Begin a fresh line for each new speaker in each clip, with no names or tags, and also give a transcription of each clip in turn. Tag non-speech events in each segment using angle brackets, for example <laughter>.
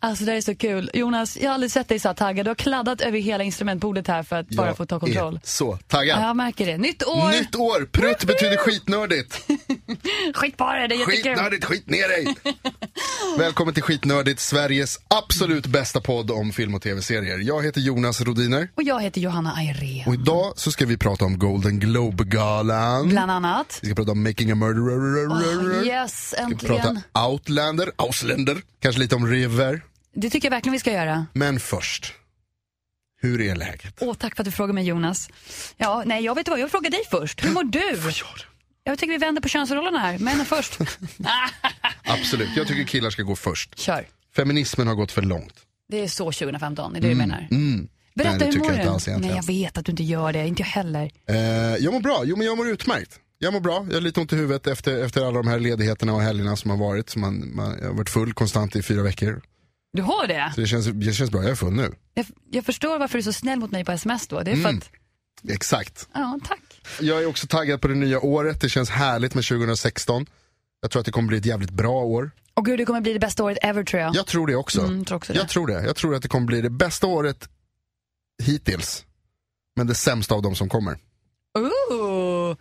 Alltså det här är så kul. Jonas, jag har aldrig sett dig så här taggad. Du har kladdat över hela instrumentbordet här för att bara
Jag
få ta kontroll.
Är så
Ja,
taggad.
jag märker det. Nytt år!
Nytt år, prutt betyder
<laughs>
skitnördigt.
Skit på det, det är jättekul.
Skitnördigt, skit ner dig. Välkommen till Skitnördigt, Sveriges absolut bästa podd om film och tv-serier. Jag heter Jonas Rodiner
Och jag heter Johanna Ayrén.
och idag så ska vi prata om Golden Globe-galan.
Bland annat.
Vi ska prata om Making a Murderer.
Oh, yes,
Vi ska prata
äntligen.
Outlander, Ausländer, kanske lite om River.
Det tycker jag verkligen vi ska göra.
Men först, hur är läget?
Åh, tack för att du frågar mig Jonas. Ja, nej, jag vet vad, jag frågar dig först. Hur mår
<laughs>
du? Jag tycker vi vänder på könsrollerna här. Männen först.
Absolut, jag tycker killar ska gå först.
Kör.
Feminismen har gått för långt.
Det är så 2015, är det du menar?
Mm.
Berätta,
Nej, det
hur
tycker
mår
jag inte alls
du? Nej,
egentligen.
jag vet att du inte gör det. Inte jag heller.
Eh, jag mår bra, jo men jag mår utmärkt. Jag mår bra, jag har lite ont i huvudet efter, efter alla de här ledigheterna och helgerna som har varit. Så man, man, jag har varit full konstant i fyra veckor.
Du har det?
Så det känns, det känns bra, jag är full nu.
Jag, jag förstår varför du är så snäll mot mig på sms då. Det är för
Mm.
att,
Exakt.
ja tack.
Jag är också taggad på det nya året, det känns härligt med 2016. Jag tror att det kommer bli ett jävligt bra år.
Och gud, det kommer bli det bästa året ever tror jag.
Jag tror det också.
Mm, tror också det.
Jag tror det. Jag tror att det kommer bli det bästa året hittills. Men det sämsta av de som kommer.
Ooh.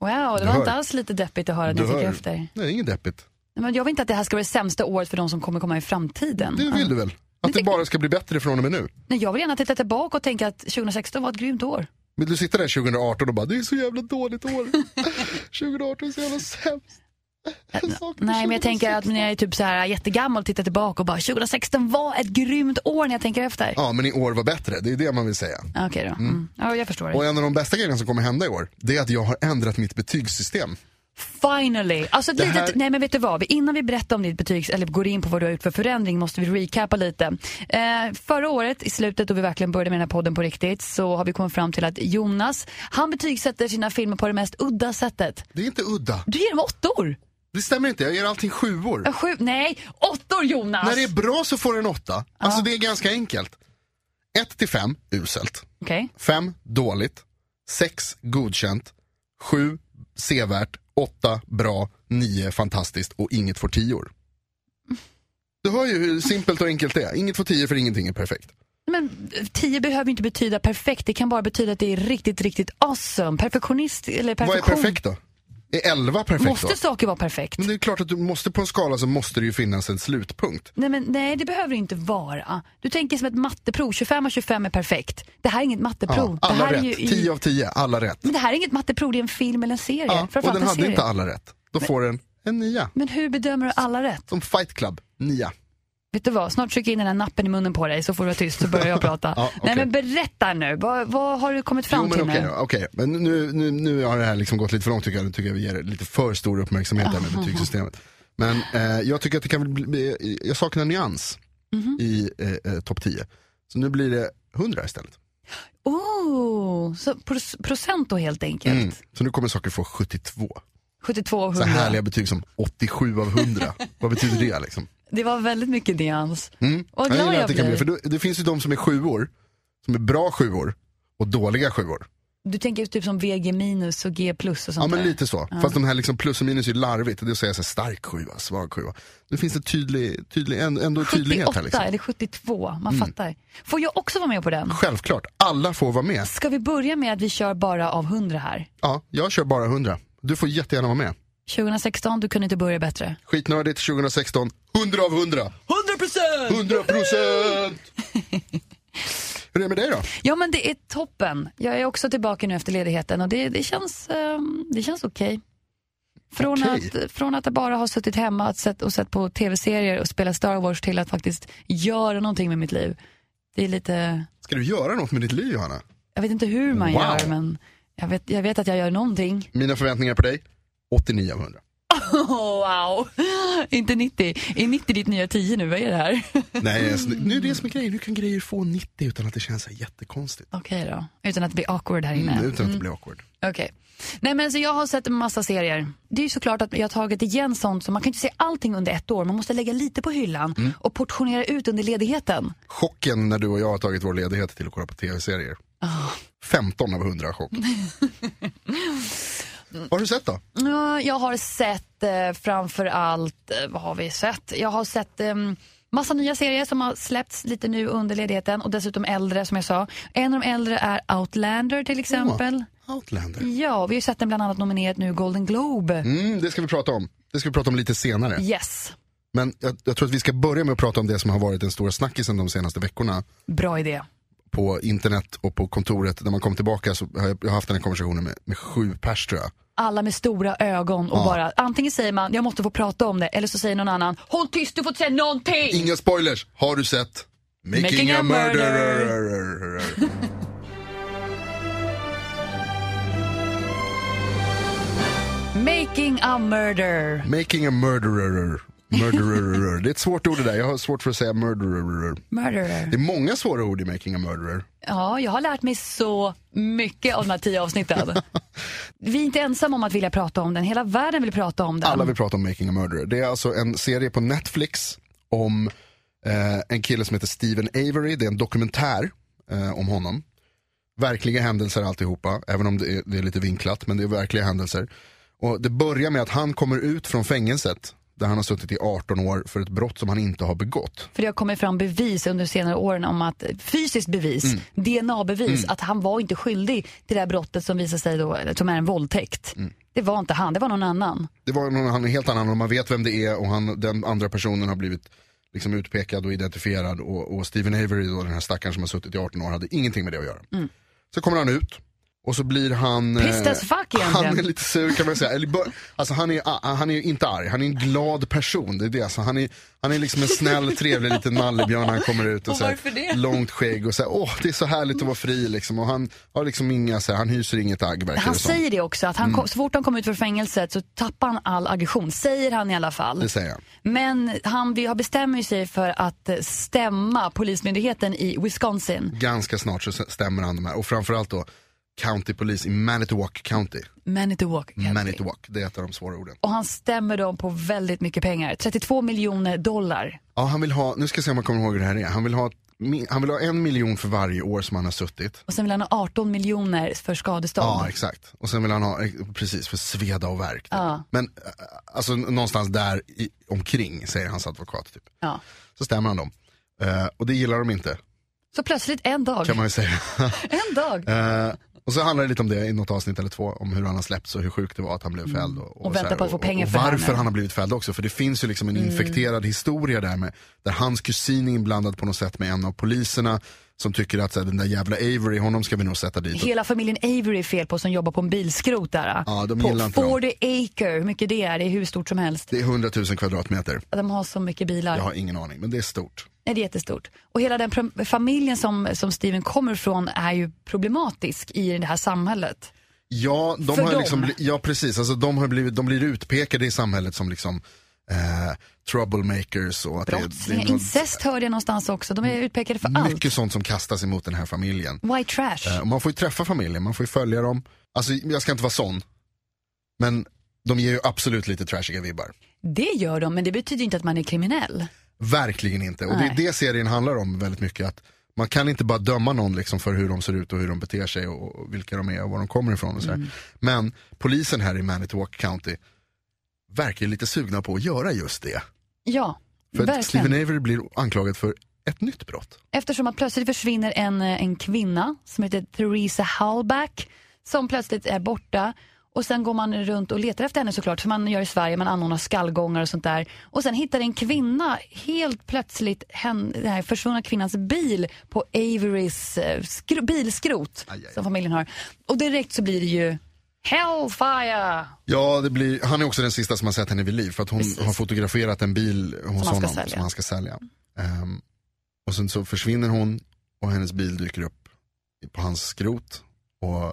Wow, det
Du
var
hör.
inte alls lite deppigt att höra när jag fick efter. Nej,
Nej, inget deppigt.
Men jag vill inte att det här ska vara det sämsta året för de som kommer komma i framtiden.
Det vill
Ja.
du väl? Att det
Mm. tycker-
bara ska bli bättre från och med nu.
Nej, jag vill gärna titta tillbaka och tänka att 2016 var ett grymt år.
Vill du sitta där 2018 och bara, det är så jävla dåligt år. <laughs> 2018 är så jävla sämst. <laughs> Jag saknar
Nej, men jag tänker
2016.
att när jag är typ så här jättegammal och tittar tillbaka och bara 2016 var ett grymt år när jag tänker efter.
Ja, men i år var bättre. Det är det man vill säga.
Okej då. Mm. Ja, jag förstår det.
Och en av de bästa grejerna som kommer hända i år, det är att jag har ändrat mitt betygssystem.
Finally! Alltså ett
Det
litet,
här-
nej men vet du vad, Vi- innan vi berättar om ditt betyg, eller går in på vad du har gjort för förändring, måste vi recapa lite. Eh, förra året, i slutet då vi verkligen började med den här podden på riktigt, så har vi kommit fram till att Jonas, han betygsätter sina filmer på det mest udda sättet.
Det är inte udda.
Du ger dem åttor!
Det stämmer inte, jag ger allting sjuor.
Ja, Sju, nej, åttor Jonas!
När det är bra så får den åtta. Alltså det är ganska enkelt. 1 till 5, uselt.
Okej,
5, dåligt. 6, godkänt. 7, sevärt. 8, bra. 9, fantastiskt. Och inget får 10 Du hör ju hur simpelt och enkelt det är. Inget får 10 för ingenting är perfekt.
men 10 behöver ju inte betyda perfekt, det kan bara betyda att det är riktigt, riktigt awesome. Perfektionist, eller
Vad
perfektion.
är perfekt då? Är 11 perfekt då?
Måste saker vara perfekt?
Men det är klart att du måste på en skala så måste det ju finnas en slutpunkt.
Nej, men, nej, det behöver det inte vara. Du tänker som ett matteprov. 25 av 25 är perfekt. Det här är inget matteprov.
Ja, alla
det här
rätt.
Är ju i-
10 av 10, alla rätt.
Men det här är inget matteprov, det är en film eller en serie.
Ja, och
Framförallt
den
en
hade
serie.
inte alla rätt. Då får den en nia.
Men hur bedömer du alla rätt?
Som Fight Club, nia.
Vet du vad, snart trycker jag in den här nappen i munnen på dig så får du vara tyst
<laughs>
så börjar jag prata.
Ja, okej.
Nej men berätta nu, vad, vad har du kommit fram
Jo, men
till
okej,
nu?
då, okej. Men nu, nu, nu har det här liksom gått lite för långt tycker jag. Nu tycker jag vi ger det lite för stor uppmärksamhet här med betygssystemet. Men eh, jag tycker att det kan bli- bli, jag saknar nyans
Mhm.
i eh, eh, topp 10. Så nu blir det 100 istället.
Oh, så pro- procent då helt enkelt.
Mm. Så nu kommer saker få 72.
72 av
Så
100.
härliga betyg som 87 av
<laughs>
100. Vad betyder det liksom?
Det var väldigt mycket nyans.
Mm.
Vad
gillar
glad jag
att det, kan
blir.
bli, för då, det finns ju de som är sjuor, som är bra sjuor och dåliga sjuor.
Du tänker typ som VG minus och G plus och sånt
Ja men
där.
lite så. Fast de här liksom plus och minus är ju larvigt. Det är att säga så här stark sjua, svag sjua. Nu finns det tydlig, tydlig, änd- ändå tydlighet
78
här. Liksom.
eller 72, man
Mm.
fattar. Får jag också vara med på den?
Självklart, alla får vara med.
Ska vi börja med att vi kör bara av 100 här?
Ja, jag kör bara 100. Du får jättegärna vara med.
2016, du kunde inte börja bättre.
Skitnördigt 2016, 100 av 100.
100%!
100 <laughs> procent! Hur är det med dig då?
Ja men det är toppen. Jag är också tillbaka nu efter ledigheten och det, det känns, ehm, det känns okej. Från,
Okej.
att, från att bara ha suttit hemma och sett, och sett på tv-serier och spelat Star Wars till att faktiskt göra någonting med mitt liv. Det är lite,
Ska du göra något med ditt liv Johanna?
jag vet inte hur man
Wow.
gör men jag vet, jag vet att jag gör någonting.
Mina förväntningar på dig, 89 av 100.
Oh, wow, inte 90. Är 90 ditt nya 10 nu? Vad är det här?
Nej, alltså, nu är det som är grejen. Nu kan grejer få 90 utan att det känns så här jättekonstigt.
Okej då, utan att bli awkward här inne.
Mm, utan att det blir awkward.
Okej. Nej men så jag har sett en massa serier. Det är ju såklart att jag har tagit igen sånt som man kan inte se allting under ett år. Man måste lägga lite på hyllan och portionera ut under ledigheten.
chocken när du och jag har tagit vår ledighet till att kolla på tv-serier. 15 av 100 <laughs> chock. Vad har du sett då?
Ja, Jag har sett eh, framför allt, eh, vad har vi sett? Jag har sett eh, Massa nya serier som har släppts lite nu under ledigheten och dessutom äldre som jag sa. En av de äldre är Outlander till exempel.
Outlander.
Ja, vi har ju sett den bland annat nominerad nu i Golden Globe.
Mm, det ska vi prata om. Det ska vi prata om lite senare.
Yes,
Men jag, jag tror att vi ska börja med att prata om det som har varit den stora snackisen de senaste veckorna.
bra idé.
På internet och på kontoret. När man kom tillbaka så har jag, jag har haft den här konversationen med, med sju pers tror jag.
Alla med stora ögon och bara, antingen säger man jag måste få prata om det eller så säger någon annan håll tyst du får inte säga någonting.
Inga spoilers, har du sett? Making,
Making
a
a murderer.
murderer.
Making a murder.
Making a murderer. Murderer. Det är ett svårt ord det där, jag har svårt för att säga murderer.
Murderer.
Det är många svåra ord i Making a murderer.
Ja, jag har lärt mig så mycket av de här tio avsnitten. Vi är inte ensamma om att vilja prata om den, hela världen vill prata om den.
Alla vill prata om Making a murderer. Det är alltså en serie på Netflix om eh, en kille som heter Steven Avery. Det är en dokumentär eh, om honom. Verkliga händelser alltihopa, även om det är, det är lite vinklat. Men det är verkliga händelser. Och det börjar med att han kommer ut från fängelset där han har suttit i 18 år för ett brott som han inte har begått.
För det har kommit fram bevis under senare åren om att fysiskt bevis, DNA-bevis, att han var inte skyldig till det här brottet som visar sig då, eller som är en våldtäkt. Det var inte han, det var någon annan.
Det var någon han, helt annan och man vet vem det är och han, den andra personen har blivit liksom utpekad och identifierad och, och Steven Avery, då, den här stackaren som har suttit i 18 år, hade ingenting med det att göra.
Mm.
Så kommer han ut och så blir han... eh,
Pissed as fuck
<laughs> Han är
egentligen.
lite sur kan man säga. Eller, bör- alltså, han, är, ah, han är ju inte arg, han är en glad person. Det är det. Alltså, han, är, han är liksom en snäll, trevlig liten nallebjörn när han kommer ut. Och,
Och
så här,
varför det?
Långt skägg och så här, åh det är så härligt att vara fri liksom. Och han har liksom inga, så här, han hyser inget agg verkar
Han
det som.
säger det också, att han kom, så fort han kom ut från fängelset så tappar han all aggression, säger han i alla fall.
Det säger han.
Men han vi har bestämmer ju sig för att eh, stämma polismyndigheten i Wisconsin.
ganska snart så stämmer han de här. Och framförallt då County Police i Manitowoc County.
Manitowoc. County.
Manitowoc, det är ett av de svåra orden.
Och han stämmer dem på väldigt mycket pengar. 32 miljoner dollar.
Ja, han vill ha, nu ska jag se om man kommer ihåg hur det här är. Han vill ha, han vill ha en miljon för varje år som han har suttit.
Och sen vill han ha 18 miljoner för skadestånd.
Ja, exakt. Och sen vill han ha, eh, precis, för sveda och värk. Typ.
Ja.
Men eh, alltså någonstans där i, omkring, säger hans advokat. Typ.
Ja.
Så stämmer han dem. Eh, och det gillar de inte,
Så plötsligt en dag.
kan man ju
<laughs>
säga.
En dag.
Eh, och så handlar det lite om det i något avsnitt eller två, om hur han har släppts och hur sjukt det var att han blev fälld. Och,
Och väntar
så här,
på att få
och,
pengar
och
för
varför
henne.
han har blivit fälld också, för det finns ju liksom en
Mm.
infekterad historia där med, där hans kusin är inblandad på något sätt med en av poliserna som tycker att så här, den där jävla Avery, honom ska vi nog sätta dit.
Hela familjen Avery är fel på som jobbar på en bilskrot där.
Ja, de
på
gillar inte dem.
40 acre, hur mycket det är, det är hur stort som helst.
Det är 100 000 kvadratmeter,
De har så mycket bilar.
jag har ingen aning, men det är stort.
Nej, det är jättestort. Och hela den prom- familjen som, som Steven kommer från är ju problematisk i det här samhället.
Ja, de
För
har
dem.
liksom, bli- ja precis, alltså, de, har blivit, de blir utpekade i samhället som liksom eh, troublemakers och att det, det
Brottslingar. Incest hörde jag någonstans också. De är utpekade för allt.
mycket sånt som kastas emot den här familjen.
White trash.
Eh, och Man får ju träffa familjen, man får ju följa dem. Alltså jag ska inte vara sån. Men de ger ju absolut lite trashiga vibbar.
Det gör de, men det betyder ju inte att man är kriminell.
Verkligen inte. Och det är
Nej.
det serien handlar om väldigt mycket. Att man kan inte bara döma någon liksom för hur de ser ut och hur de beter sig och och vilka de är och var de kommer ifrån. Och sådär.
Mm.
Men polisen här i Manitowoc County verkar ju lite sugna på att göra just det.
Ja,
För att
verkligen.
Steven Avery blir anklagad för ett nytt brott.
Eftersom att plötsligt försvinner en, eh, en kvinna som heter Theresa Hallback som plötsligt är borta. Och sen går man runt och letar efter henne såklart, som man gör i Sverige, man anordnar skallgångar och sånt där. Och sen hittar en kvinna helt plötsligt hen, den här försvunna kvinnans bil på Averys eh, skro, bilskrot
Aj, aj, aj.
som familjen har. Och direkt så blir det ju Hellfire!
Ja, det blir, han är också den sista som har sett henne vid liv för att hon
Precis.
har fotograferat en bil hos
ska
honom
sälja.
som han ska sälja. Ehm, och sen så försvinner hon och hennes bil dyker upp på hans skrot och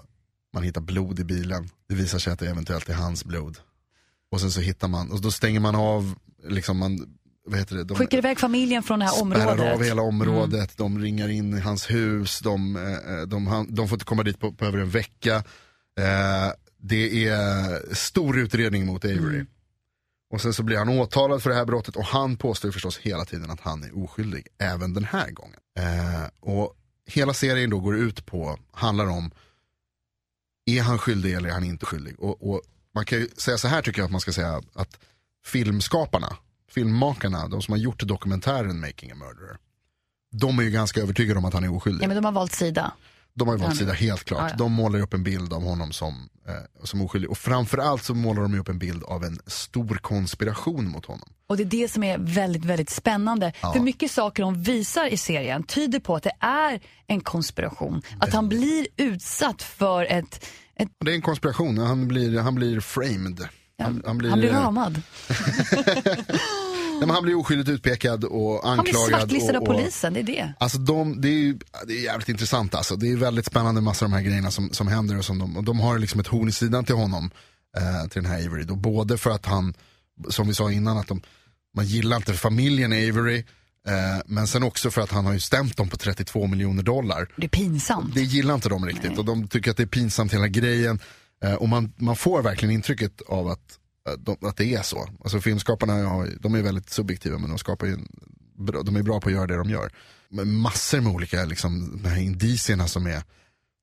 man hittar blod i bilen. Det visar sig att det eventuellt är hans blod. Och sen så hittar man, och då stänger man av, liksom man, vad heter det? De-
Skickar iväg familjen från det här
spärrar
området. Mm.
av hela området, de ringar in i hans hus, de, eh, de, han, de får inte komma dit på, på över en vecka. Eh, det är stor utredning mot Avery.
Mm.
Och sen så blir han åtalad för det här brottet och han påstår ju förstås hela tiden att han är oskyldig, även den här gången. Eh, och hela serien då går ut på, handlar om, är han skyldig eller är han inte skyldig? Och, och man kan ju säga så här tycker jag att man ska säga att filmskaparna, filmmakarna, de som har gjort dokumentären Making a Murderer, de är ju ganska övertygade om att han är oskyldig.
Ja, men de har valt sida.
De har ju valt
Ja.
sida helt klart.
Ja, ja.
De målar ju upp en bild av honom som, eh, som oskyldig. Och framförallt så målar de ju upp en bild av en stor konspiration mot honom.
Och det är det som är väldigt, väldigt spännande. För mycket saker de visar i serien tyder på att det är en konspiration. Att han blir utsatt för ett... ett
Och det är en konspiration, han blir, han blir framed. Han, han blir,
han blir
eh,
ramad.
nej, men han blir oskyldigt utpekad och anklagad.
Han blir svartlistad
och,
av
och,
polisen, det är det.
Alltså de, det är ju det är jävligt intressant alltså. Det är väldigt spännande massa av de här grejerna som, som händer och som de, och de har liksom ett horn i sidan till honom, eh, till den här Avery. Då. Både för att han, som vi sa innan, att de, man gillar inte familjen Avery, eh, men sen också för att han har ju stämt dem på 32 miljoner dollar.
Det är pinsamt.
Det gillar inte de riktigt och de tycker att det är pinsamt hela grejen. Eh, och man, man får verkligen intrycket av att, eh, de, att det är så. Alltså filmskaparna har, de är väldigt subjektiva men de, skapar ju, en bra- de är bra på att göra det de gör. Men massor med olika liksom, de här indicierna som är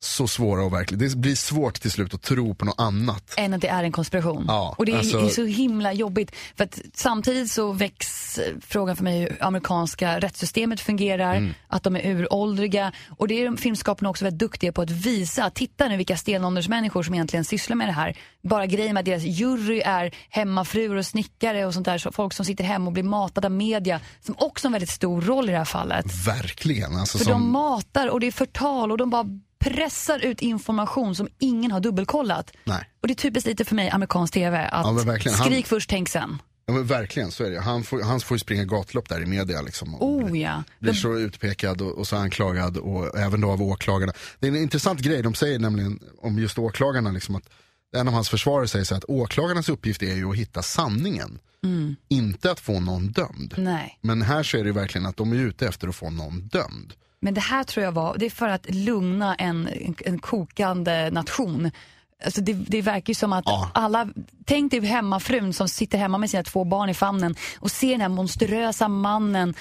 så svåra och verkligen. Det blir svårt till slut att tro på något annat.
än att det är en konspiration.
Ja,
och det är,
alltså-
är så himla jobbigt. För att samtidigt så väcks eh, frågan för mig hur amerikanska rättssystemet fungerar,
Mm.
att de är uråldriga. Och det är de filmskaparna också väldigt duktiga på att visa. Titta nu vilka stenåldersmänniskor som egentligen sysslar med det här. Bara grejen med att deras jury är hemmafruar och snickare och sånt där. Så folk som sitter hemma och blir matade av media, som också har en väldigt stor roll i det här fallet.
Verkligen. Alltså,
För
som,
de matar och det är förtal och de bara pressar ut information som ingen har dubbelkollat.
Nej.
Och det är typiskt lite för mig amerikansk TV att
Ja, men verkligen. Han-
skrik först, tänk sen.
ja, men verkligen, så är det. Han får, han får ju springa gatlopp där i media. Liksom, och bli-
Oh ja.
blir så utpekad och, och så anklagad och även då av åklagarna. Det är en intressant grej de säger nämligen om just åklagarna. Liksom att en av hans försvarare säger så här att åklagarnas uppgift är ju att hitta sanningen. Inte att få någon dömd.
Nej.
Men här så är det ju verkligen att de är ute efter att få någon dömd.
Men det här tror jag var, det är för att lugna en, en, en kokande nation. Alltså det, det verkar ju som att
Ja.
alla, tänk dig hemmafrun som sitter hemma med sina två barn i famnen och ser den här monstruösa mannen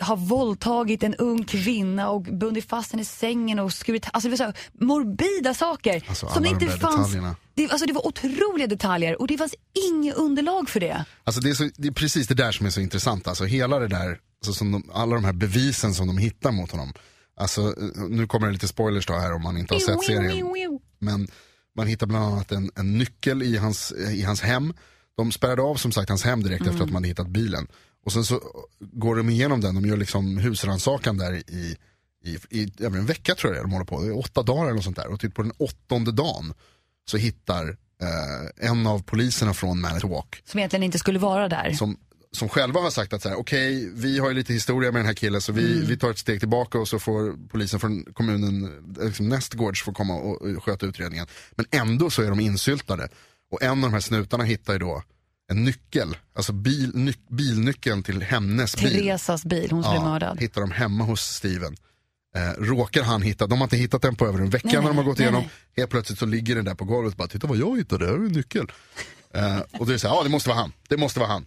eh, ha våldtagit en ung kvinna och bundit fast henne i sängen och skurit, alltså det var så här, morbida saker
Alltså,
som
alla
inte
de där
fanns.
detaljerna.
Det, alltså det var otroliga detaljer och det fanns inget underlag för det.
Alltså det, är så, det är precis det där som är så intressant. Alltså hela det där, alltså som de, alla de här bevisen som de hittar mot honom. Alltså, eh, nu kommer det lite spoilers då här om man inte har sett serien. Men man hittar bland annat en, en nyckel i hans, i hans hem. De spärrade av som sagt hans hem direkt efter att man hade hittat bilen. Och sen så går de igenom den, de gör liksom husrannsakan där i, i, i över en vecka tror jag det är de håller på. Det är åtta dagar eller något sånt där. Och typ på den åttonde dagen så hittar eh, en av poliserna från Manitowoc
Som egentligen inte skulle vara där.
som, som själva har sagt att så här, okej, vi har ju lite historia med den här killen så vi,
Mm.
vi tar ett steg tillbaka och så får polisen från kommunen, eh, liksom nästgårds får komma och, och sköta utredningen. Men ändå så är de insyltade. Och en av de här snutarna hittar ju då en nyckel, alltså bil, nyc, bilnyckeln till hennes bil.
Teresas bil, hon som blev mördad.
hittar de hemma hos Steven. Eh, råkar han hitta, de har inte hittat den på över en vecka
Nej,
när de har
nej,
gått
nej,
igenom.
nej.
Helt plötsligt så ligger den där på golvet och bara, titta vad jag hittade, det här är en nyckel. Eh, och då är det så här, ja det måste vara han, det måste vara han.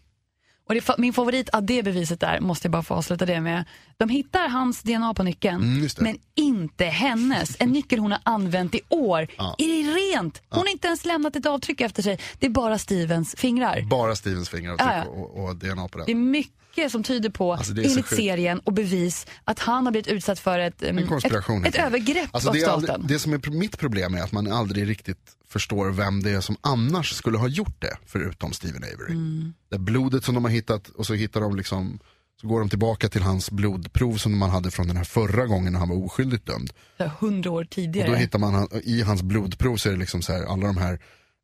Och det, fa- min favorit av det beviset där, måste jag bara få avsluta det med. De hittar hans DNA på nyckeln,
Mm, just det.
men inte hennes. En nyckel hon har använt i år. Är det rent? Hon har inte ens lämnat ett avtryck efter sig. Det är bara Stevens fingrar.
Bara Stevens fingeravtryck
Ja, ja.
Och, och DNA på
Det är
den.
mycket som tyder på,
Alltså, det är så
enligt
sjukt.
serien och bevis, att han har blivit utsatt för ett, mm,
En konspiration.
ett, ett
helt enkelt.
övergrepp
Alltså,
av
det, är aldrig-
staten.
det som är pr- mitt problem är att man aldrig riktigt förstår vem det är som annars skulle ha gjort det, förutom Steven Avery.
Mm.
Det blodet som de har hittat och så hittar de liksom, så går de tillbaka till hans blodprov som man hade från den här förra gången när han var oskyldigt dömd.
Så här, Hundra år tidigare.
Och då hittar man han, i hans blodprov så är det liksom så här, alla de här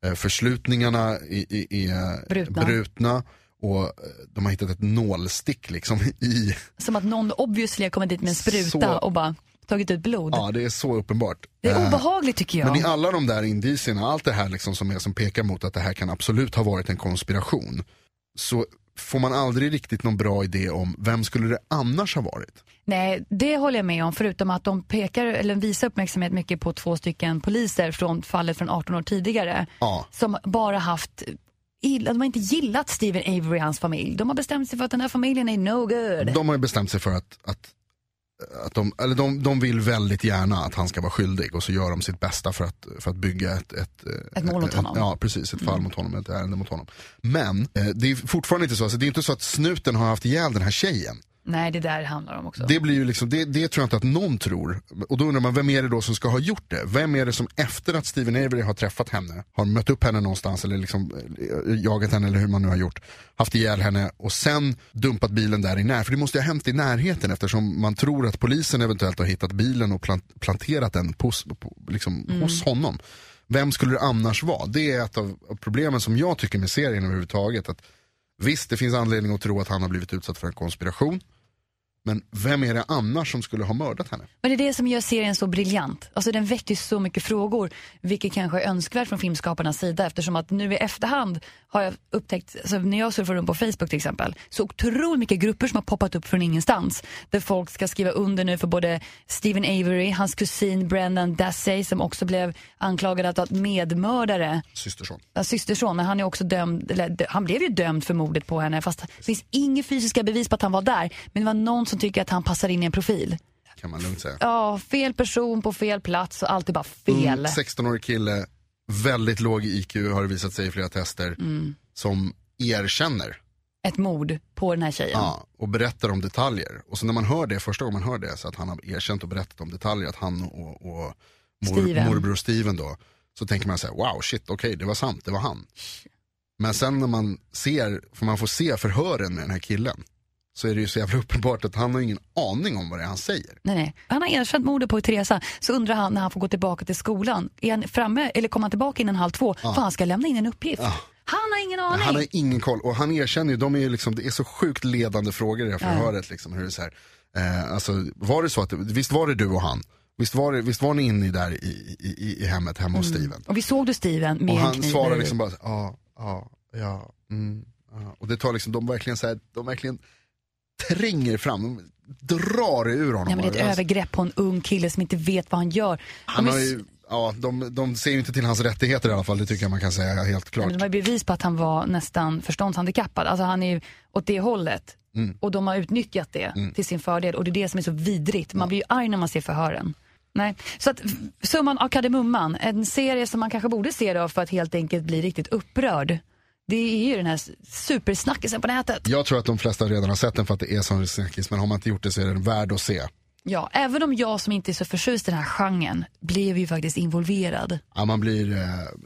eh, förslutningarna i, i, i, eh,
Brutna.
brutna och eh, de har hittat ett nålstick liksom <laughs> i
Som att någon obviously har kommit dit med en spruta
Så-
och bara tagit ut blod.
Ja, det är så uppenbart.
Det är
Eh,
obehagligt tycker jag.
Men i alla de där indicierna, allt det här liksom som, är, som pekar mot att det här kan absolut ha varit en konspiration, så får man aldrig riktigt någon bra idé om vem skulle det annars ha varit?
Nej, det håller jag med om. Förutom att de pekar, eller visar uppmärksamhet mycket på två stycken poliser från fallet från 18 år tidigare.
Ja,
Som bara haft illa, de har inte gillat Steven Avery och hans familj. De har bestämt sig för att den här familjen är no good.
de har ju bestämt sig för att, att att de, eller de, de vill väldigt gärna att han ska vara skyldig och så gör de sitt bästa för att, för att bygga ett, ett,
Ett mål mot honom. Mm.
ja, precis, ett fall mot honom, ett ärende mot honom. Men eh, det är fortfarande inte så, alltså, det är inte så att snuten har haft ihjäl den här tjejen.
Nej, det där handlar om också.
Det, blir ju liksom, det, det tror jag inte att någon tror. Och då undrar man, vem är det då som ska ha gjort det? Vem är det som efter att Steven Avery har träffat henne, har mött upp henne någonstans eller liksom eh, jagat henne eller hur man nu har gjort, haft ihjäl henne och sen dumpat bilen där i när, för det måste ju ha hänt i närheten eftersom man tror att polisen eventuellt har hittat bilen och plant, planterat den pos, på, liksom, hos honom. Vem skulle det annars vara? Det är ett av av problemen som jag tycker med serien överhuvudtaget. Att visst, det finns anledning att tro att han har blivit utsatt för en konspiration. Men vem är det annars som skulle ha mördat henne?
Men det är det som gör serien så briljant. Alltså den väcker ju så mycket frågor, vilket kanske är önskvärt från filmskaparnas sida eftersom att nu i efterhand har jag upptäckt, alltså när jag surfar runt på Facebook till exempel, så otroligt mycket grupper som har poppat upp från ingenstans. Där folk ska skriva under nu för både Stephen Avery, hans kusin Brendan Dassey som också blev anklagad att ha varit medmördare
Systerson.
Ja, systerson, men han är också dömd, eller, dö- han blev ju dömd för mordet på henne fast det finns inga fysiska bevis på att han var där. Men det var någon som tycker att han passar in i en profil.
Kan man lugnt säga.
Ja, fel person på fel plats och allt är bara fel.
Ung, 16-årig Mm, kille, väldigt låg i IQ har det visat sig i flera tester.
Mm.
Som erkänner
Ett mord på den här tjejen.
ja, och berättar om detaljer. Och så när man hör det, första gången man hör det, så att han har erkänt och berättat om detaljer, att han och, och mor,
Steven.
morbror Steven då, så tänker man så här, wow, shit, okej, det var sant, det var han. Men sen när man ser, för man får se förhören med den här killen, så är det ju så jävla uppenbart att han har ingen aning om vad det är han säger.
Nej, nej. Han har erkänt mordet på Teresa. Så undrar han när han får gå tillbaka till skolan. Är han framme eller kommer han tillbaka innan halv två? För han ska lämna in en uppgift. Han har ingen aning.
Han har ingen koll och han erkänner ju, de är ju liksom, det är så sjukt ledande frågor i det här förhöret. Liksom, hur det är så här, eh, alltså, var det så att, visst var det du och han? Visst var, det, visst var ni inne där i, i, i- i hemmet hemma hos Steven?
Och vi såg du Steven Mm. med
Och
en
han
kniv
svarar
bredvid.
liksom bara, så här, ja, ja, ja, mm, ja. Och det tar liksom, de verkligen så här, de verkligen tränger fram, de drar ur honom.
Ja, men det är ett
Alltså,
övergrepp på en ung kille som inte vet vad han gör.
han
De är
har
s-
ju, ja, de, de ser ju inte till hans rättigheter i alla fall, det tycker jag man kan säga helt klart.
Men de har bevis på att han var nästan förståndshandikappad. Alltså han är ju åt det hållet.
Mm.
Och de har utnyttjat det till sin fördel. Och det är det som är så vidrigt. Man blir ju arg när man ser förhören. Nej. Så att, f- summan av kardemumman, en serie som man kanske borde se då för att helt enkelt bli riktigt upprörd. Det är ju den här s- supersnackisen på nätet.
Jag tror att de flesta redan har sett den för att det är sån snackis, men har man inte gjort det så är den värd att se.
Ja, även om jag som inte är så förtjust i den här genren blev ju faktiskt involverad.
Ja, man blir, eh,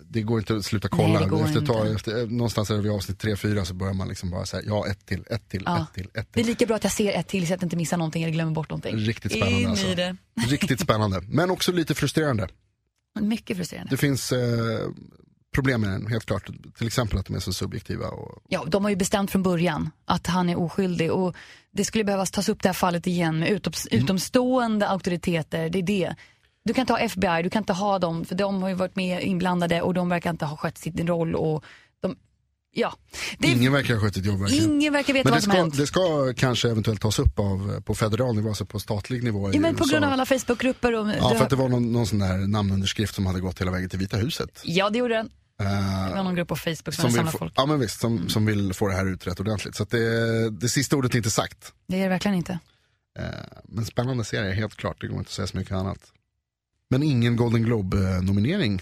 det går inte att sluta kolla.
Nej, det går
efter ett tag,
inte.
efter, eh, någonstans är det vid avsnitt 3-4 så börjar man liksom bara säga ja ett till, ett till, ett till, ett
Det är
till.
lika bra att jag ser ett till så att jag inte missar någonting eller glömmer bort någonting.
Riktigt
In
spännande
i
alltså.
det. <laughs>
Riktigt spännande, men också lite frustrerande.
Mycket frustrerande.
Det finns eh, problem med den, helt klart. Till exempel att de är så subjektiva. Och,
Ja, de har ju bestämt från början att han är oskyldig och det skulle behövas tas upp det här fallet igen med utom,
Mm.
utomstående auktoriteter. Det är det. Du kan inte ha FBI, du kan inte ha dem för de har ju varit med inblandade och de verkar inte ha skött sin roll och de, ja. Det är, ingen,
ingen verkar ha skött sitt jobb verkligen.
verkar veta
Men det
vad som
ska,
har hänt.
det ska kanske eventuellt tas upp av, eh, på federal nivå, alltså på statlig nivå. i
ja, men på
USA.
grund av alla Facebookgrupper och...
Ja, för att det var någon, någon sån där namnunderskrift som hade gått hela vägen till Vita huset.
ja, det gjorde den.
Eh,
Det var någon grupp på Facebook som,
som vill,
samlade
få,
folk.
ja, men visst, som, som vill få det här utrett ordentligt. Så att det, det sista ordet är inte sagt.
Det är det verkligen inte.
Eh, men spännande serie, helt klart. Det går inte att säga så mycket annat. Men ingen Golden Globe-nominering.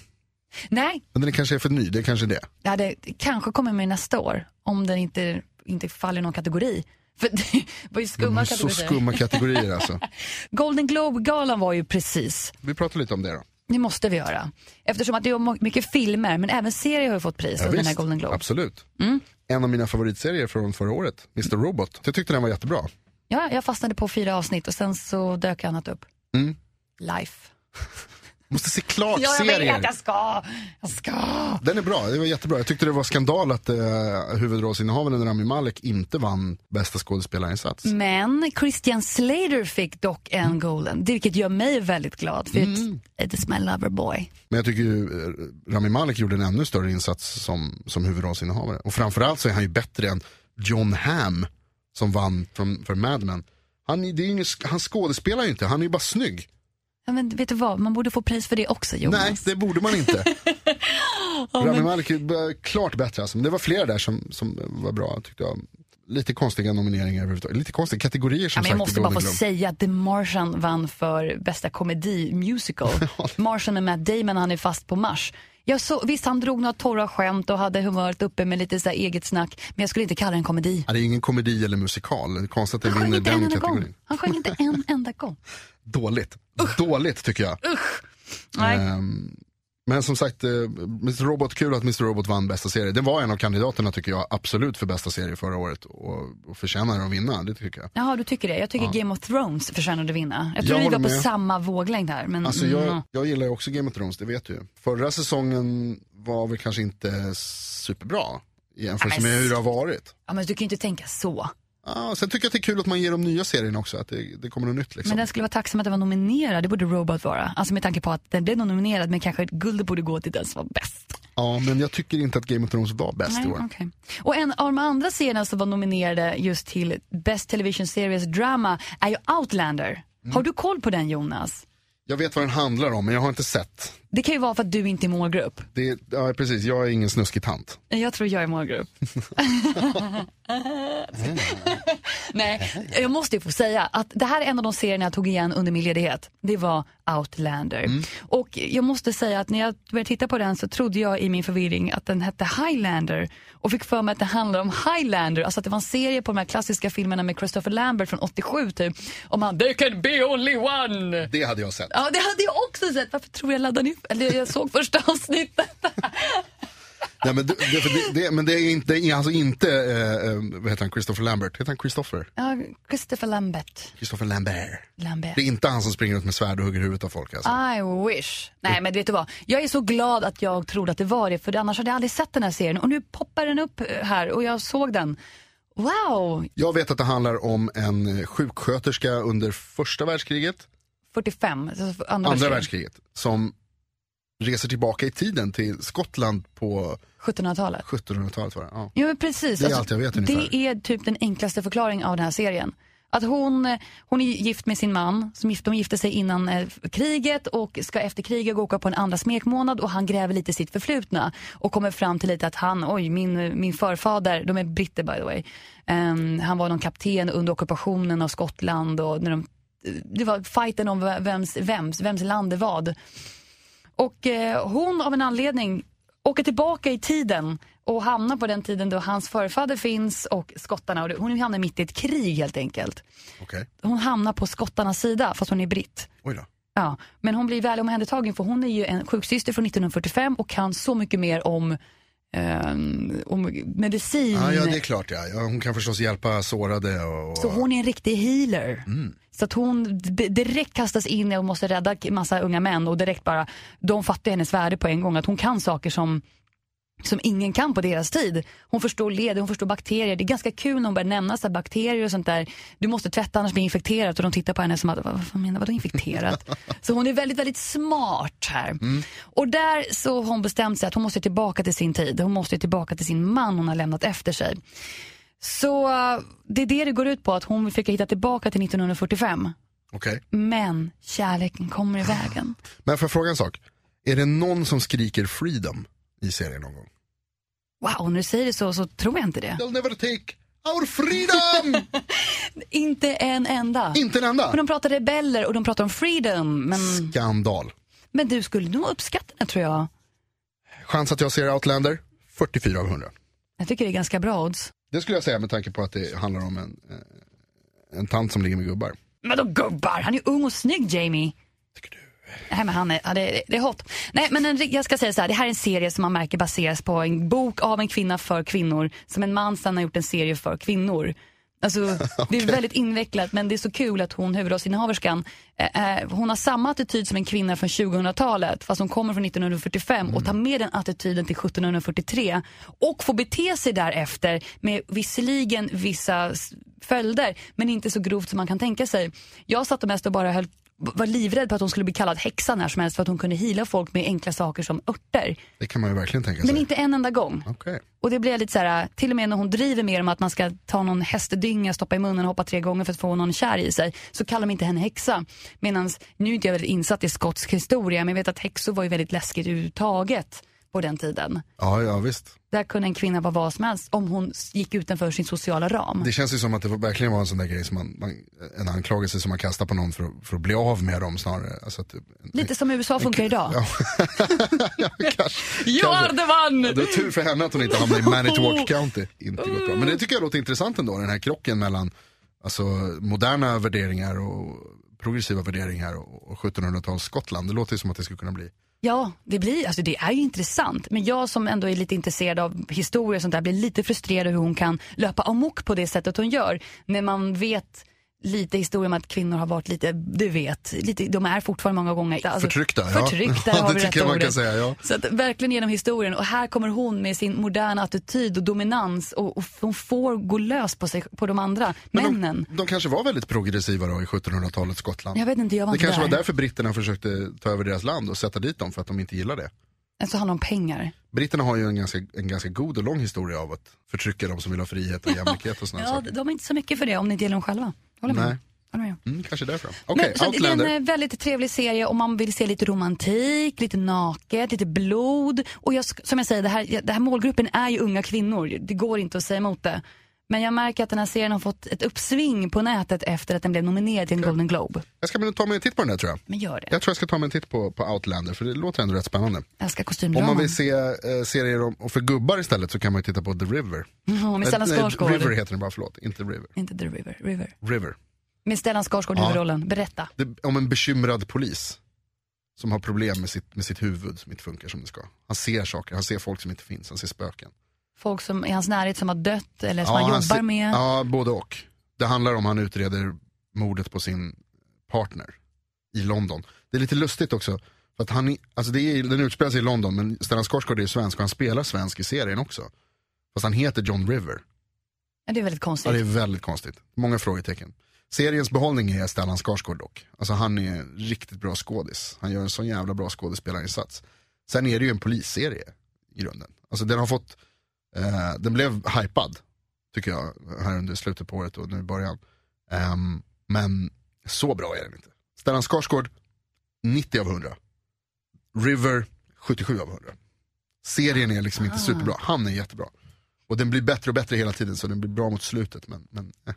Nej,
Men den kanske är för ny, det är kanske det.
Ja, det kanske kommer med nästa år om den inte, inte faller i någon kategori. För <laughs> det var ju
De är Mm,
skumma
så
kategorier.
skumma kategorier
<laughs>
alltså.
Golden Globe-galan var ju precis,
Vi pratar lite om det då.
det måste vi göra. Eftersom att det är mo- mycket filmer, men även serier har ju fått pris av den här
visst,
Golden Globe. Mm.
Absolut. En av mina favoritserier från förra året, Mr Robot. Jag tyckte den var jättebra.
Ja, jag fastnade på fyra avsnitt och sen så dök annat upp.
Mm.
Life.
Måste se klart
Ja, jag vet
serier.
att jag ska! Jag ska!
Den är bra, det var jättebra. Jag tyckte det var skandal att eh, huvudrollsinnehavaren Rami Malek inte vann bästa skådespelarinsats.
Mm. Men Christian Slater fick dock en
Mm.
Golden, det- vilket gör mig väldigt glad. För it, it's my lover boy.
Men jag tycker ju eh, Rami Malek gjorde en ännu större insats som, som huvudrollsinnehavare. Och framförallt så är han ju bättre än John Hamm som vann från, för Mad Men. Han, är- det är ju ingen, sk- han skådespelar ju inte, han är ju bara snygg.
Ja, men vet du vad, man borde få pris för det också Jonas.
Nej, det borde man
<laughs>
inte. Rami Malek är ju, eh, klart bättre alltså. Men det var flera där som, som var bra tyckte jag. lite konstiga nomineringar överhuvudtaget. Lite konstiga kategorier som
Ja, men
sagt.
jag måste
i
bara få
Golden Globe.
säga att The Martian vann för bästa komedi
<laughs>
musical. Martian med Matt Damon, han är fast på Mars. Jag så, visst, han drog några torra skämt och hade humöret uppe med lite så här eget snack, men jag skulle inte kalla det en komedi.
Ja, det är ingen komedi eller musikal. Det är konstigt att det
Han sjöng
vinner
inte en
den
enda gång.
kategorin.
Han sjöng inte
<laughs>
en enda gång.
Dåligt. Dåligt tycker jag.
Nej.
Ehm, men som sagt, eh, Mr Robot, kul att Mr Robot vann bästa serie. Det var en av kandidaterna tycker jag absolut för bästa serie förra året och, och förtjänar att vinna, det tycker jag.
Jaha, du tycker det. Jag tycker Game of Thrones förtjänade vinna. Jag tror
Jag
vi var
håller
på
med.
samma våglängd här. Men,
Alltså
mm,
jag, jag gillar ju också Game of Thrones, det vet du ju. Förra säsongen var väl kanske inte superbra i jämförelse
Ja, men
med hur
s-
det har varit.
ja, men du kan ju inte tänka så.
Ah, sen tycker jag att det är kul att man ger de nya serierna också, att det, det kommer något nytt liksom.
Men den skulle vara tacksam att den var nominerad, det borde Robot vara. Alltså med tanke på att den blev nominerad, men kanske guldet borde gå till den som var bäst.
Ja, men jag tycker inte att Game of Thrones var bäst i
Nej,
år.
okej. Och en av de andra serierna som var nominerade just till Best Television Series Drama är ju Outlander. Har du koll på den Jonas?
Jag vet vad den handlar om, men jag har inte sett.
Det kan ju vara för att du inte är målgrupp.
Det, ja, precis, jag är ingen snuskig tant.
Jag tror jag är <laughs> målgrupp. Nej, jag måste ju få säga att det här är en av de serierna jag tog igen under min ledighet. Det var Outlander. Och jag måste säga att när jag började titta på den så trodde jag i min förvirring att den hette Highlander och fick för mig att det handlade om Highlander, alltså att det var en serie på de här klassiska filmerna med Christopher Lambert från 87 typ, om han “There can be only one”
Det hade jag sett.
Ja, det hade jag också sett. Varför tror jag laddade ner? Eller jag såg första avsnittet.
Nej, men, det, det, för det, det, men det är inte, det är alltså inte eh, eh, vad heter han, Christopher Lambert. Heter han Christopher?
Ja, Christopher Lambert.
Christopher Lambert.
Lambert.
Det är inte han som springer runt med svärd och hugger huvudet av folk alltså.
I wish. Nej men vet du vad, jag är så glad att jag trodde att det var det för annars hade jag aldrig sett den här serien och nu poppar den upp eh, här och jag såg den. Wow,
Jag vet att det handlar om en eh, sjuksköterska under första världskriget,
45, alltså andra,
andra världskriget, som reser tillbaka i tiden till Skottland på
1700-talet.
1700-talet var det. Ja.
Ja men precis. Alltså,
Det är allt jag vet ungefär.
det är typ den enklaste förklaringen av den här serien. Att hon, eh, hon är gift med sin man, som gift, de gifte sig innan eh, kriget och ska efter kriget gå och åka på en andra smekmånad och han gräver lite i sitt förflutna och kommer fram till lite att han, oj min, min förfader, de är britter by the way, Ehm, han var någon kapten under ockupationen av Skottland och när de, eh, det var fighten om ve- vems, vems, vems land det var. Och eh, hon av en anledning åker tillbaka i tiden och hamnar på den tiden då hans förfader finns och skottarna. Och det- hon hamnar mitt i ett krig helt enkelt.
Okej,
Hon hamnar på skottarnas sida fast hon är britt.
oj då.
Ja, men hon blir väl omhändertagen för hon är ju en sjuksyster från 1945 och kan så mycket mer om, eh, om medicin.
Ja, ja, det är klart ja. ja. Hon kan förstås hjälpa sårade och...
Mm. Så hon är en riktig healer. Så att hon d- direkt kastas in och måste rädda k- massa unga män och direkt bara, de fattar hennes värde på en gång. Att hon kan saker som, som ingen kan på deras tid. Hon förstår leder, hon förstår bakterier. Det är ganska kul när hon börjar nämna så här bakterier och sånt där. Du måste tvätta annars blir det infekterat och de tittar på henne som att, vad vad fan menar vadå infekterat? så hon är väldigt, väldigt smart här. Och där så har hon bestämt sig att hon måste tillbaka till sin tid. Hon måste tillbaka till sin man hon har lämnat efter sig. Så eh, det är det det går ut på, att hon vill försöka hitta tillbaka till 1945.
Okej.
Men kärleken kommer i vägen.
Men får jag fråga en sak? Är det någon som skriker freedom i serien någon gång?
Wow, när du säger det så, så tror jag inte det.
They'll never take our freedom!
Inte en enda.
Inte en enda.
Men de pratar rebeller och de pratar om freedom. Men,
Skandal.
men du skulle nog uppskatta den tror jag.
Chans att jag ser Outlander? 44 av 100.
Jag tycker det är ganska bra odds.
Det skulle jag säga med tanke på att det handlar om en, eh, en tant som ligger med gubbar.
Men då gubbar, han är ung och snygg Jamie.
Tycker du?
Nej, men han är, ja, det, det är hot. Nej, men en, jag ska säga så här, det här är en serie som man märker baseras på en bok av en kvinna för kvinnor, som en man sen har gjort en serie för kvinnor. Alltså, Det är väldigt invecklat men det är så kul att hon, huvudrollsinnehaverskan, eh, eh, hon har samma attityd som en kvinna från 2000-talet fast hon kommer från 1945 och tar med den attityden till 1743 och får bete sig därefter med visserligen vissa s- följder men inte så grovt som man kan tänka sig. Jag satt och mest och bara höll var livrädd på att hon skulle bli kallad häxa när som helst för att hon kunde hila folk med enkla saker som örter.
Det kan man ju verkligen tänka sig.
Men inte en enda gång.
Okej.
Och det blir lite så här, till och med när hon driver med om att man ska ta någon hästdynga, stoppa i munnen och hoppa tre gånger för att få någon kär i sig, så kallar de inte henne häxa. Medan, nu är inte jag väldigt insatt i skotsk historia, men jag vet att häxor var ju väldigt läskigt överhuvudtaget. på den tiden.
Ja, ja visst.
Där kunde en kvinna vara vad som helst om hon s- gick utanför sin sociala ram.
Det känns ju som att det verkligen var en sån där grej som man, man en anklagelse som man kastar på någon för att, för att bli av med dem snarare. Alltså att, <laughs>
Lite som i USA funkar idag.
Ja. ja, kanske.
You are the
Ja, Det
one!
var tur för henne att hon inte hamnade i
<laughs>
Manitowoc County. Inte gått bra. Men det tycker jag låter intressant ändå, den här krocken mellan alltså, moderna värderingar och progressiva värderingar och och 1700-tals Skottland. Det låter ju som att det skulle kunna bli.
Ja, det, blir, alltså det är ju intressant. Men jag som ändå är lite intresserad av historia och sånt där blir lite frustrerad hur hon kan löpa amok på det sättet hon gör. När man vet lite historia om att kvinnor har varit lite, du vet, lite, de är fortfarande många gånger alltså,
Förtryckta, ja. <laughs>
Förtryckta har
Ja, det
vi
tycker
rätt
jag man
ordet.
kan säga, ja.
Så att, verkligen genom historien. Och här kommer hon med sin moderna attityd och dominans och, och hon får gå lös på, sig, på de andra männen.
De, de kanske var väldigt progressiva då i 1700-talets Skottland.
Jag vet inte, jag var
Det
inte
kanske
där.
var därför britterna försökte ta över deras land och sätta dit dem för att de inte gillar det.
Alltså handlar om pengar.
Britterna har ju en ganska, en ganska god och lång historia av att förtrycka de som vill ha frihet
<laughs>
och jämlikhet och sådana
Ja,
saker.
de är inte så mycket för det om ni inte gillar dem själva. Håller med.
Nej.
Håller med.
Mm, kanske därför. Okej,
Men, så att det är en
Outlander.
eh, väldigt trevlig serie om man vill se lite romantik, lite naket, lite blod. Och jag, sk- som jag säger, det här, jag- det här målgruppen är ju unga kvinnor. Det går inte att säga emot det. Men jag märker att den här serien har fått ett uppsving på nätet efter att den blev nominerad till en Golden Globe.
Jag ska väl ta mig en titt på den där tror jag.
Men gör det.
Jag tror jag ska ta mig en titt på, på Outlander för det låter ändå rätt spännande.
Jag älskar
Om
kostymdraman.
man
<laughs>
vill se eh, serier om, och för gubbar istället så kan man ju titta på The River.
Ja, med
Eh,
Stellan
nej,
Skarsgård.
River heter den bara, förlåt. Inte River.
Inte The River, River.
River.
Med Stellan Skarsgård i
Ja.
huvudrollen. Berätta.
Det, om en bekymrad polis. Som har problem med sitt, med sitt huvud som inte funkar som det ska. Han ser saker, han ser folk som inte finns, han ser spöken.
Folk som i hans närhet som har dött eller som
Ja,
han
han
jobbar
ser-
med.
Ja, både och. Det handlar om han utreder mordet på sin partner i London. Det är lite lustigt också. För att han, är- alltså det är, den utspelar sig i London men Stellan Skarsgård är ju svensk och han spelar svensk i serien också. Fast han heter John River.
Ja, det är väldigt
Ja,
konstigt.
det är väldigt konstigt. Många frågetecken. Seriens behållning är Stellan Skarsgård dock. Alltså han är en riktigt bra skådis. Han gör en sån jävla bra skådespelarinsats. Sen är det ju en polisserie i grunden. Alltså den har fått, eh, den blev hypad tycker jag här under slutet på året och nu i början. Ehm, men så bra är den inte. Stellan Skarsgård, 90 av 100. River, 77 av 100. Serien är liksom
Ah.
inte superbra, han är jättebra. Och den blir bättre och bättre hela tiden så den blir bra mot slutet. Men, men eh.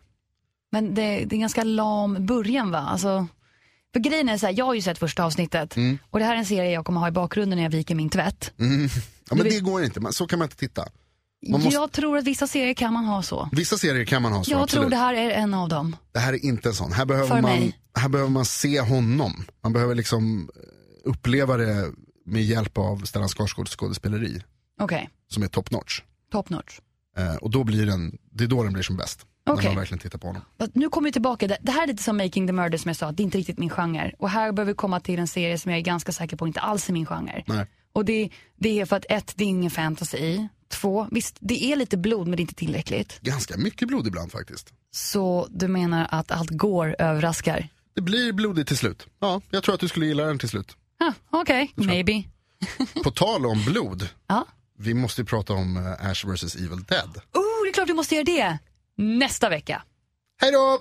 Men det, det är en ganska lam början va? Alltså, för grejen är så här, jag har ju sett första avsnittet
Mm.
och det här är en serie jag kommer ha i bakgrunden när jag viker min tvätt.
Ja, men det går inte, man, så kan man inte titta. Man måste-
Jag tror att vissa serier kan man ha så.
Vissa serier kan man ha så,
Jag
absolut.
tror det
Det...
här är en av dem.
här är inte en sån. Här
För
behöver, man,
mig.
här behöver man se honom. Man behöver liksom uppleva det med hjälp av Stellan Skarsgårds skådespeleri
Okej,
som är top notch.
top notch.
Eh, och då blir den, det är då den blir som bäst.
Okej.
När man verkligen tittar på honom.
Fast Nu kommer vi tillbaka, det- det här är lite som Making the Murder som jag sa, det är inte riktigt min genre. Och här börjar vi komma till en serie som jag är ganska säker på inte alls är min genre.
Nej.
Och det, det är för att ett, det är ingen fantasy i. Två, visst det är lite blod men det är inte tillräckligt.
Ganska mycket blod ibland faktiskt.
Så du menar att allt går överraskar?
Det blir blodigt till slut. Ja, jag tror att du skulle gilla den till slut.
Ah, Okej, maybe.
På tal om blod,
Ja.
vi måste ju prata om eh, Ash vs Evil Dead.
Oh, det är klart vi måste göra det. Nästa vecka.
Hej då!